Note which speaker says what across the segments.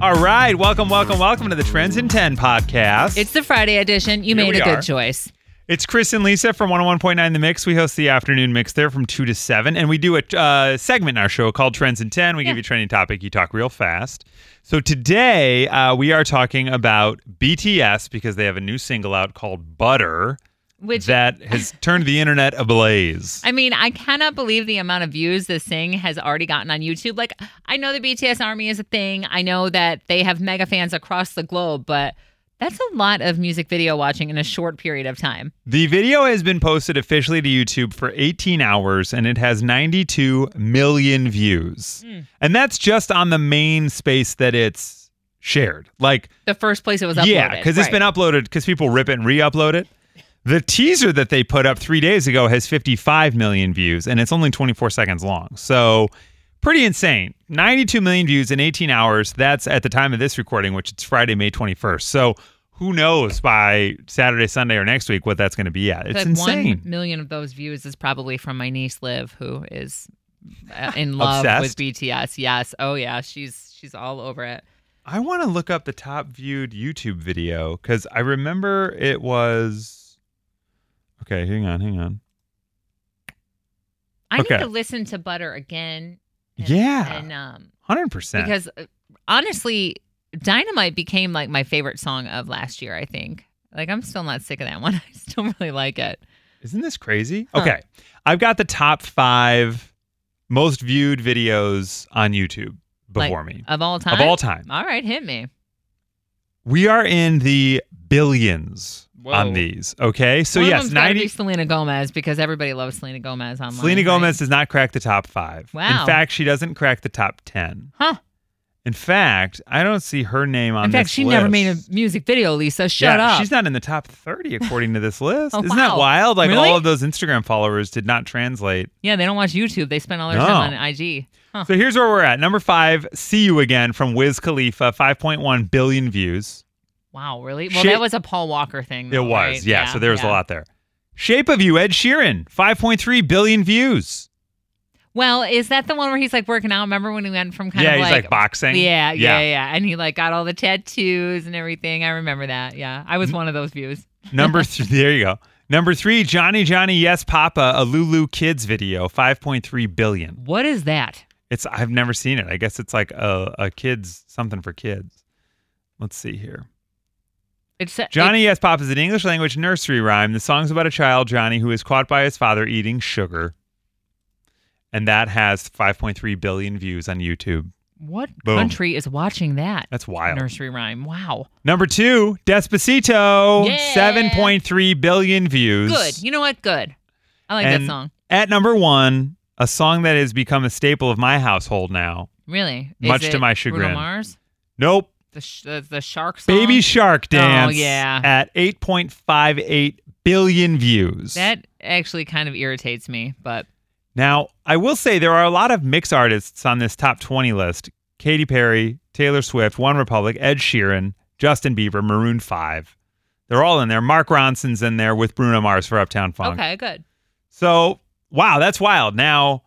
Speaker 1: All right, welcome, welcome, welcome to the Trends in 10 podcast.
Speaker 2: It's the Friday edition. You
Speaker 1: Here
Speaker 2: made
Speaker 1: we
Speaker 2: a good
Speaker 1: are.
Speaker 2: choice.
Speaker 1: It's Chris and Lisa from 101.9 The Mix. We host the afternoon mix there from 2 to 7. And we do a uh, segment in our show called Trends in 10. We give you a trending topic. You talk real fast. So today uh, we are talking about BTS because they have a new single out called Butter
Speaker 2: Which
Speaker 1: that has turned the internet ablaze.
Speaker 2: I mean, I cannot believe the amount of views this thing has already gotten on YouTube. Like, I know the BTS Army is a thing. I know that they have mega fans across the globe, but that's a lot of music video watching in a short period of time.
Speaker 1: The video has been posted officially to YouTube for 18 hours and it has 92 million views. And that's just on the main space that it's shared. Like,
Speaker 2: The first place it was uploaded.
Speaker 1: yeah, because it's
Speaker 2: Right.
Speaker 1: been uploaded because people rip it and re upload it. The teaser that they put up three days ago has 55 million views and it's only 24 seconds long. So, pretty insane. 92 million views in 18 hours. That's at the time of this recording, which it's Friday, May 21st. So, who knows by Saturday, Sunday, or next week what that's going to be at? It's
Speaker 2: But
Speaker 1: insane.
Speaker 2: One million of those views is probably from my niece Liv, who is uh, in love
Speaker 1: Obsessed?
Speaker 2: with BTS. Yes. Oh yeah, she's she's all over it.
Speaker 1: I want to look up the top viewed YouTube video because I remember it was. Okay, hang on, hang on.
Speaker 2: I
Speaker 1: Okay.
Speaker 2: need to listen to Butter again. And,
Speaker 1: Yeah.
Speaker 2: And um,
Speaker 1: 100%.
Speaker 2: because uh, honestly, Dynamite became like my favorite song of last year. I think. Like I'm still not sick of that one. I still really like it.
Speaker 1: Isn't this crazy?
Speaker 2: Huh.
Speaker 1: Okay. I've got the top five most viewed videos on YouTube
Speaker 2: Like, uh,
Speaker 1: before me
Speaker 2: Of all time.
Speaker 1: of all time.
Speaker 2: All right, hit me.
Speaker 1: We are in the billions on
Speaker 2: Whoa.
Speaker 1: these. Okay. So,
Speaker 2: One of
Speaker 1: yes,
Speaker 2: them's gotta be
Speaker 1: 90.
Speaker 2: Selena Gomez because everybody loves Selena Gomez online.
Speaker 1: Selena
Speaker 2: right?
Speaker 1: Gomez does not crack the top five.
Speaker 2: Wow.
Speaker 1: In fact, she doesn't crack the top 10.
Speaker 2: Huh.
Speaker 1: In fact, I don't see her name on
Speaker 2: In fact,
Speaker 1: this
Speaker 2: she never made a
Speaker 1: list.
Speaker 2: music video, Lisa. Shut
Speaker 1: yeah,
Speaker 2: up.
Speaker 1: She's not in the top 30 according to this list.
Speaker 2: Oh,
Speaker 1: Isn't that
Speaker 2: wow.
Speaker 1: wild? Like
Speaker 2: Really?
Speaker 1: all of those Instagram followers did not translate
Speaker 2: yeah, they don't watch YouTube. They spend all their
Speaker 1: No.
Speaker 2: time on IG. Huh.
Speaker 1: So here's where we're at. Number five, See You Again from Wiz Khalifa, 5.1 billion views.
Speaker 2: Wow, really? Well,
Speaker 1: She-
Speaker 2: that was a Paul Walker thing.
Speaker 1: It
Speaker 2: though,
Speaker 1: was,
Speaker 2: right?
Speaker 1: yeah, So there was
Speaker 2: yeah.
Speaker 1: a lot there. Shape of You, Ed Sheeran, 5.3 billion views.
Speaker 2: Well, is that the one where he's like working out? Remember when we went from kind
Speaker 1: yeah,
Speaker 2: of
Speaker 1: he's like boxing.
Speaker 2: Yeah, yeah,
Speaker 1: Yeah.
Speaker 2: yeah. And he like got all the tattoos and everything. I remember that. Yeah. I was one of those views.
Speaker 1: Number three, there you go. Number three, Johnny Johnny Yes Papa, a Lulu Kids video, 5.3 billion.
Speaker 2: What is that?
Speaker 1: It's I've never seen it. I guess it's like a, a kids something for kids. Let's see here.
Speaker 2: It's it-
Speaker 1: Johnny Yes Pop is an English language nursery rhyme. The song's about a child, Johnny, who is caught by his father eating sugar. And that has 5.3 billion views on YouTube.
Speaker 2: what
Speaker 1: Boom.
Speaker 2: country is watching that?
Speaker 1: That's wild.
Speaker 2: Nursery rhyme. Wow.
Speaker 1: Number two, Despacito,
Speaker 2: Yeah.
Speaker 1: 7.3 billion views.
Speaker 2: Good. You know what? Good. I like
Speaker 1: And
Speaker 2: that song.
Speaker 1: At number one, a song that has become a staple of my household now.
Speaker 2: Really.
Speaker 1: much to
Speaker 2: it
Speaker 1: my
Speaker 2: Bruno
Speaker 1: chagrin.
Speaker 2: Mars?
Speaker 1: Nope.
Speaker 2: The, sh- the, the shark song? Oh,
Speaker 1: Baby Shark Dance
Speaker 2: yeah.
Speaker 1: at 8.58 billion views.
Speaker 2: That actually kind of irritates me, but
Speaker 1: Now, I will say there are a lot of mix artists on this top 20 list Katy Perry, Taylor Swift, One Republic, Ed Sheeran, Justin Bieber, Maroon 5. They're all in there. Mark Ronson's in there with Bruno Mars for Uptown Funk.
Speaker 2: okay, good.
Speaker 1: So, wow, that's wild. Now,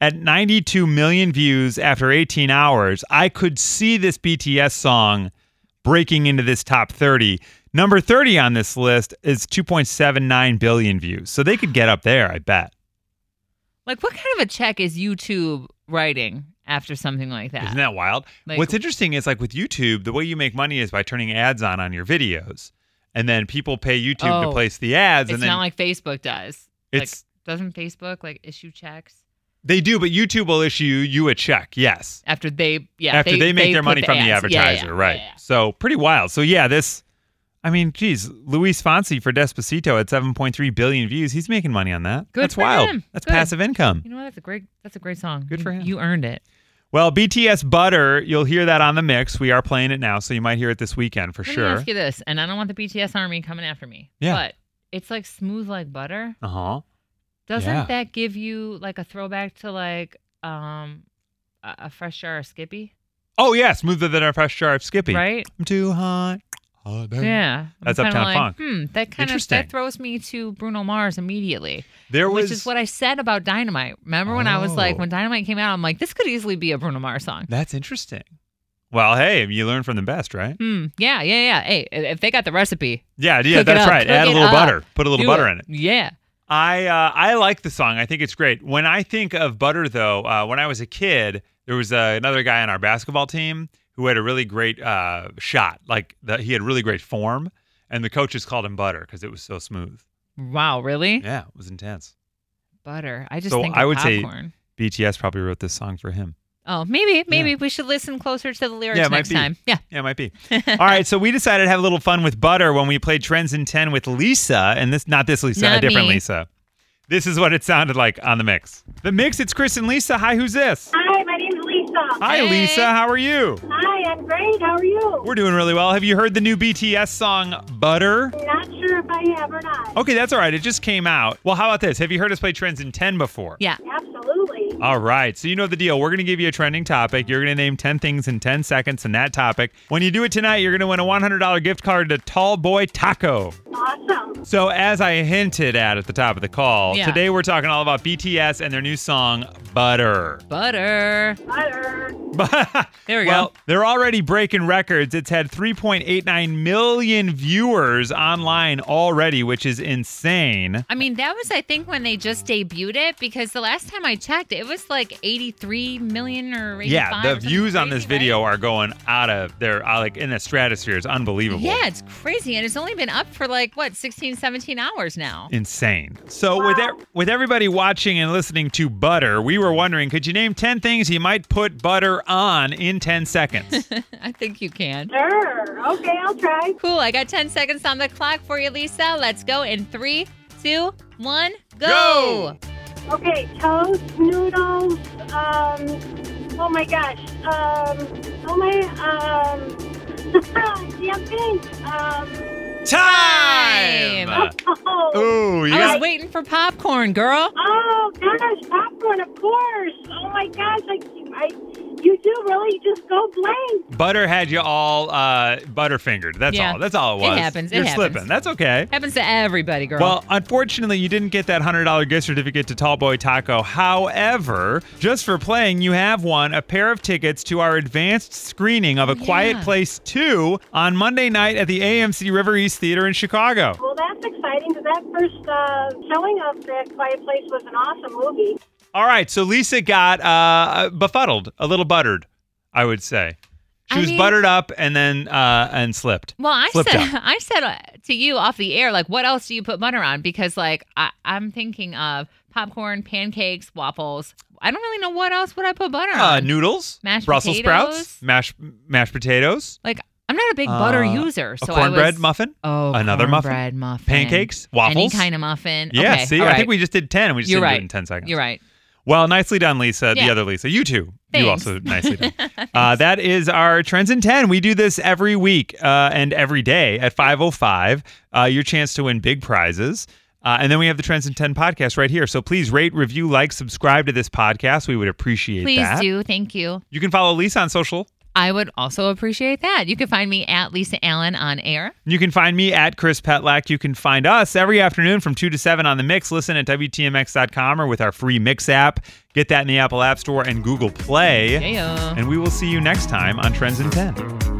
Speaker 1: at 92 million views after 18 hours, I could see this BTS song breaking into this top 30. Number 30 on this list is 2.79 billion views. So they could get up there, I bet.
Speaker 2: Like, what kind of a check is YouTube writing after something like that?
Speaker 1: Isn't that wild?
Speaker 2: Like-
Speaker 1: What's interesting is like with YouTube, the way you make money is by turning ads on on your videos, and then people pay YouTube to
Speaker 2: Oh.
Speaker 1: place the ads,
Speaker 2: it's
Speaker 1: and then
Speaker 2: not like Facebook does.
Speaker 1: it's
Speaker 2: like, doesn't Facebook like issue checks?
Speaker 1: they do, but YouTube will issue you a check. Yes,
Speaker 2: after they yeah
Speaker 1: after they, make their
Speaker 2: put
Speaker 1: money from the
Speaker 2: ads. Yeah, yeah,
Speaker 1: advertiser,
Speaker 2: yeah,
Speaker 1: right?
Speaker 2: yeah, yeah.
Speaker 1: So pretty wild. So yeah, this. I mean, geez, Luis Fonsi for Despacito at 7.3 billion views. He's making money on that.
Speaker 2: Good
Speaker 1: That's
Speaker 2: for
Speaker 1: wild.
Speaker 2: him.
Speaker 1: That's
Speaker 2: Good.
Speaker 1: passive income.
Speaker 2: You know what? That's a great that's a great song.
Speaker 1: Good
Speaker 2: You-
Speaker 1: for him.
Speaker 2: You earned it.
Speaker 1: Well, BTS Butter, you'll hear that on the mix. We are playing it now, so you might hear it this weekend for
Speaker 2: Let
Speaker 1: sure.
Speaker 2: me ask you this, and I don't want the BTS army coming after me.
Speaker 1: Yeah.
Speaker 2: But it's like smooth like butter.
Speaker 1: uh huh.
Speaker 2: Doesn't
Speaker 1: Yeah.
Speaker 2: that give you like a throwback to like um a, a fresh jar of Skippy?
Speaker 1: Oh yeah, smoother than our fresh jar of Skippy.
Speaker 2: Right?
Speaker 1: I'm too hot. Oh, damn.
Speaker 2: Yeah. I'm
Speaker 1: That's
Speaker 2: kinda
Speaker 1: Uptown
Speaker 2: like,
Speaker 1: Funk.
Speaker 2: Hmm, that kind of
Speaker 1: Interesting.
Speaker 2: that throws me to Bruno Mars immediately.
Speaker 1: There was
Speaker 2: which is what I said about Dynamite. Remember when I was like
Speaker 1: Oh.
Speaker 2: when Dynamite came out, I'm like, this could easily be a Bruno Mars song.
Speaker 1: That's interesting. Well, hey, you learn from the best, right?
Speaker 2: Hmm. Yeah, yeah, yeah. Hey, if they got the recipe,
Speaker 1: Yeah, yeah,
Speaker 2: Cook it
Speaker 1: that's
Speaker 2: up,
Speaker 1: right.
Speaker 2: cook
Speaker 1: Add a
Speaker 2: it
Speaker 1: little
Speaker 2: up.
Speaker 1: butter. Put a little
Speaker 2: do
Speaker 1: butter in it.
Speaker 2: Yeah.
Speaker 1: I uh, I like the song. I think it's great. When I think of butter, though, uh, when I was a kid, there was uh, another guy on our basketball team who had a really great uh, shot. Like the, he had really great form, and the coaches called him butter because it was so smooth.
Speaker 2: Wow, really?
Speaker 1: Yeah, it was intense.
Speaker 2: Butter. I just
Speaker 1: So
Speaker 2: think
Speaker 1: I
Speaker 2: of
Speaker 1: would say-
Speaker 2: popcorn.
Speaker 1: BTS probably wrote this song for him.
Speaker 2: oh, maybe, maybe we should listen closer to the lyrics
Speaker 1: Yeah, it might
Speaker 2: next
Speaker 1: be.
Speaker 2: time. Yeah.
Speaker 1: Yeah, it might be. All right, so we decided to have a little fun with butter when we played Trends in Ten with Lisa, and this not this Lisa, a
Speaker 2: Not
Speaker 1: different
Speaker 2: me.
Speaker 1: Lisa. This is what it sounded like on the mix. The mix. It's Chris and Lisa. Hi, who's this?
Speaker 3: Hi, my name's Lisa.
Speaker 1: Hi,
Speaker 2: Hey.
Speaker 1: Lisa. How are you?
Speaker 3: Hi, I'm great. How are you?
Speaker 1: We're doing really well. Have you heard the new BTS song Butter?
Speaker 3: Not sure if I have or not.
Speaker 1: Okay, that's all right. It just came out. Well, how about this? Have you heard us play Trends in 10 before?
Speaker 2: Yeah.
Speaker 3: Absolutely.
Speaker 1: All right. So you know the deal. We're going to give you a trending topic. You're going to name 10 things in 10 seconds in that topic. When you do it tonight, you're going to win a $100 gift card to Tall Boy Taco.
Speaker 3: Awesome.
Speaker 1: So, as I hinted at at the top of the call,
Speaker 2: Yeah.
Speaker 1: today we're talking all about BTS and their new song Butter.
Speaker 2: Butter.
Speaker 3: Butter.
Speaker 2: There we go.
Speaker 1: well, they're already breaking records. It's had 3.89 million viewers online already, which is insane.
Speaker 2: I mean, that was, I think, when they just debuted it because the last time I checked, it was like 83 million or 85.
Speaker 1: Yeah,
Speaker 2: or
Speaker 1: the
Speaker 2: something
Speaker 1: views on this
Speaker 2: crazy, right?
Speaker 1: video are going out of their uh, like in the stratosphere. It's unbelievable.
Speaker 2: Yeah, it's crazy. And it's only been up for like, what, 16, 17 hours now?
Speaker 1: Insane. So with er- with everybody watching and listening to Butter, we were wondering, could you name 10 things you might put butter on in 10 seconds?
Speaker 2: I think you can.
Speaker 3: Sure. Okay, I'll try.
Speaker 2: Cool. I got 10 seconds on the clock for you, Lisa. Let's go in three, two, one, go.
Speaker 1: Go.
Speaker 3: Okay, toast, noodles, um, oh my gosh, um, oh my, um, champagne, um,
Speaker 1: Time.
Speaker 3: oh,
Speaker 1: Ooh, you
Speaker 2: I was
Speaker 1: got
Speaker 2: waiting for popcorn, girl.
Speaker 3: oh gosh, popcorn, of course. Oh my gosh, I, I, you do really just go blank.
Speaker 1: Butter had you all uh, butterfingered. That's
Speaker 2: Yeah.
Speaker 1: all. That's all it
Speaker 2: It
Speaker 1: was.
Speaker 2: happens. It
Speaker 1: You're
Speaker 2: happens.
Speaker 1: slipping. That's okay.
Speaker 2: Happens to everybody, girl.
Speaker 1: Well, unfortunately, you didn't get that $100 gift certificate to Tall Boy Taco. However, just for playing, you have won a pair of tickets to our advanced screening of A
Speaker 2: yeah.
Speaker 1: Quiet Place 2 on Monday night at the AMC River East Theater in Chicago.
Speaker 3: Well, that's exciting because that first uh, showing of that Quiet Place was an awesome movie.
Speaker 1: All right, so Lisa got uh, befuddled, a little buttered, I would say. She
Speaker 2: I
Speaker 1: was
Speaker 2: mean-
Speaker 1: buttered up and then uh, and slipped.
Speaker 2: Well, I
Speaker 1: Flipped
Speaker 2: said
Speaker 1: up.
Speaker 2: I said uh, to you off the air, like, what else do you put butter on? Because like I, I'm thinking of popcorn, pancakes, waffles. I don't really know what else would I put butter
Speaker 1: Uh,
Speaker 2: on.
Speaker 1: noodles,
Speaker 2: Mashed
Speaker 1: Brussels
Speaker 2: potatoes?
Speaker 1: sprouts, mashed mashed potatoes,
Speaker 2: like I'm not a big butter
Speaker 1: Uh,
Speaker 2: user,
Speaker 1: a
Speaker 2: so I
Speaker 1: cornbread
Speaker 2: was,
Speaker 1: muffin,
Speaker 2: Oh,
Speaker 1: another muffin?
Speaker 2: cornbread muffin,
Speaker 1: pancakes, waffles.
Speaker 2: any kind of muffin.
Speaker 1: Yeah,
Speaker 2: okay,
Speaker 1: see,
Speaker 2: all
Speaker 1: I think
Speaker 2: right.
Speaker 1: we just did 10. We just
Speaker 2: You're
Speaker 1: didn't do
Speaker 2: right.
Speaker 1: it in 10 seconds.
Speaker 2: You're right.
Speaker 1: Well, nicely done, Lisa, the
Speaker 2: Yeah.
Speaker 1: other Lisa. You too. You
Speaker 2: Thanks.
Speaker 1: also nicely done. uh, that is our Trends in 10. We do this every week uh, and every day at 5.05. Uh, your chance to win big prizes. Uh, and then we have the Trends in 10 podcast right here. So please rate, review, like, subscribe to this podcast. We would appreciate
Speaker 2: Please
Speaker 1: that.
Speaker 2: do. Thank you.
Speaker 1: You can follow Lisa on social.
Speaker 2: I would also appreciate that. You can find me at Lisa Allen on air.
Speaker 1: You can find me at Chris Petlak. You can find us every afternoon from 2 to 7 on The Mix. Listen at WTMX.com or with our free Mix app. Get that in the Apple App Store and Google Play.
Speaker 2: Yeah.
Speaker 1: And we will see you next time on Trends in 10.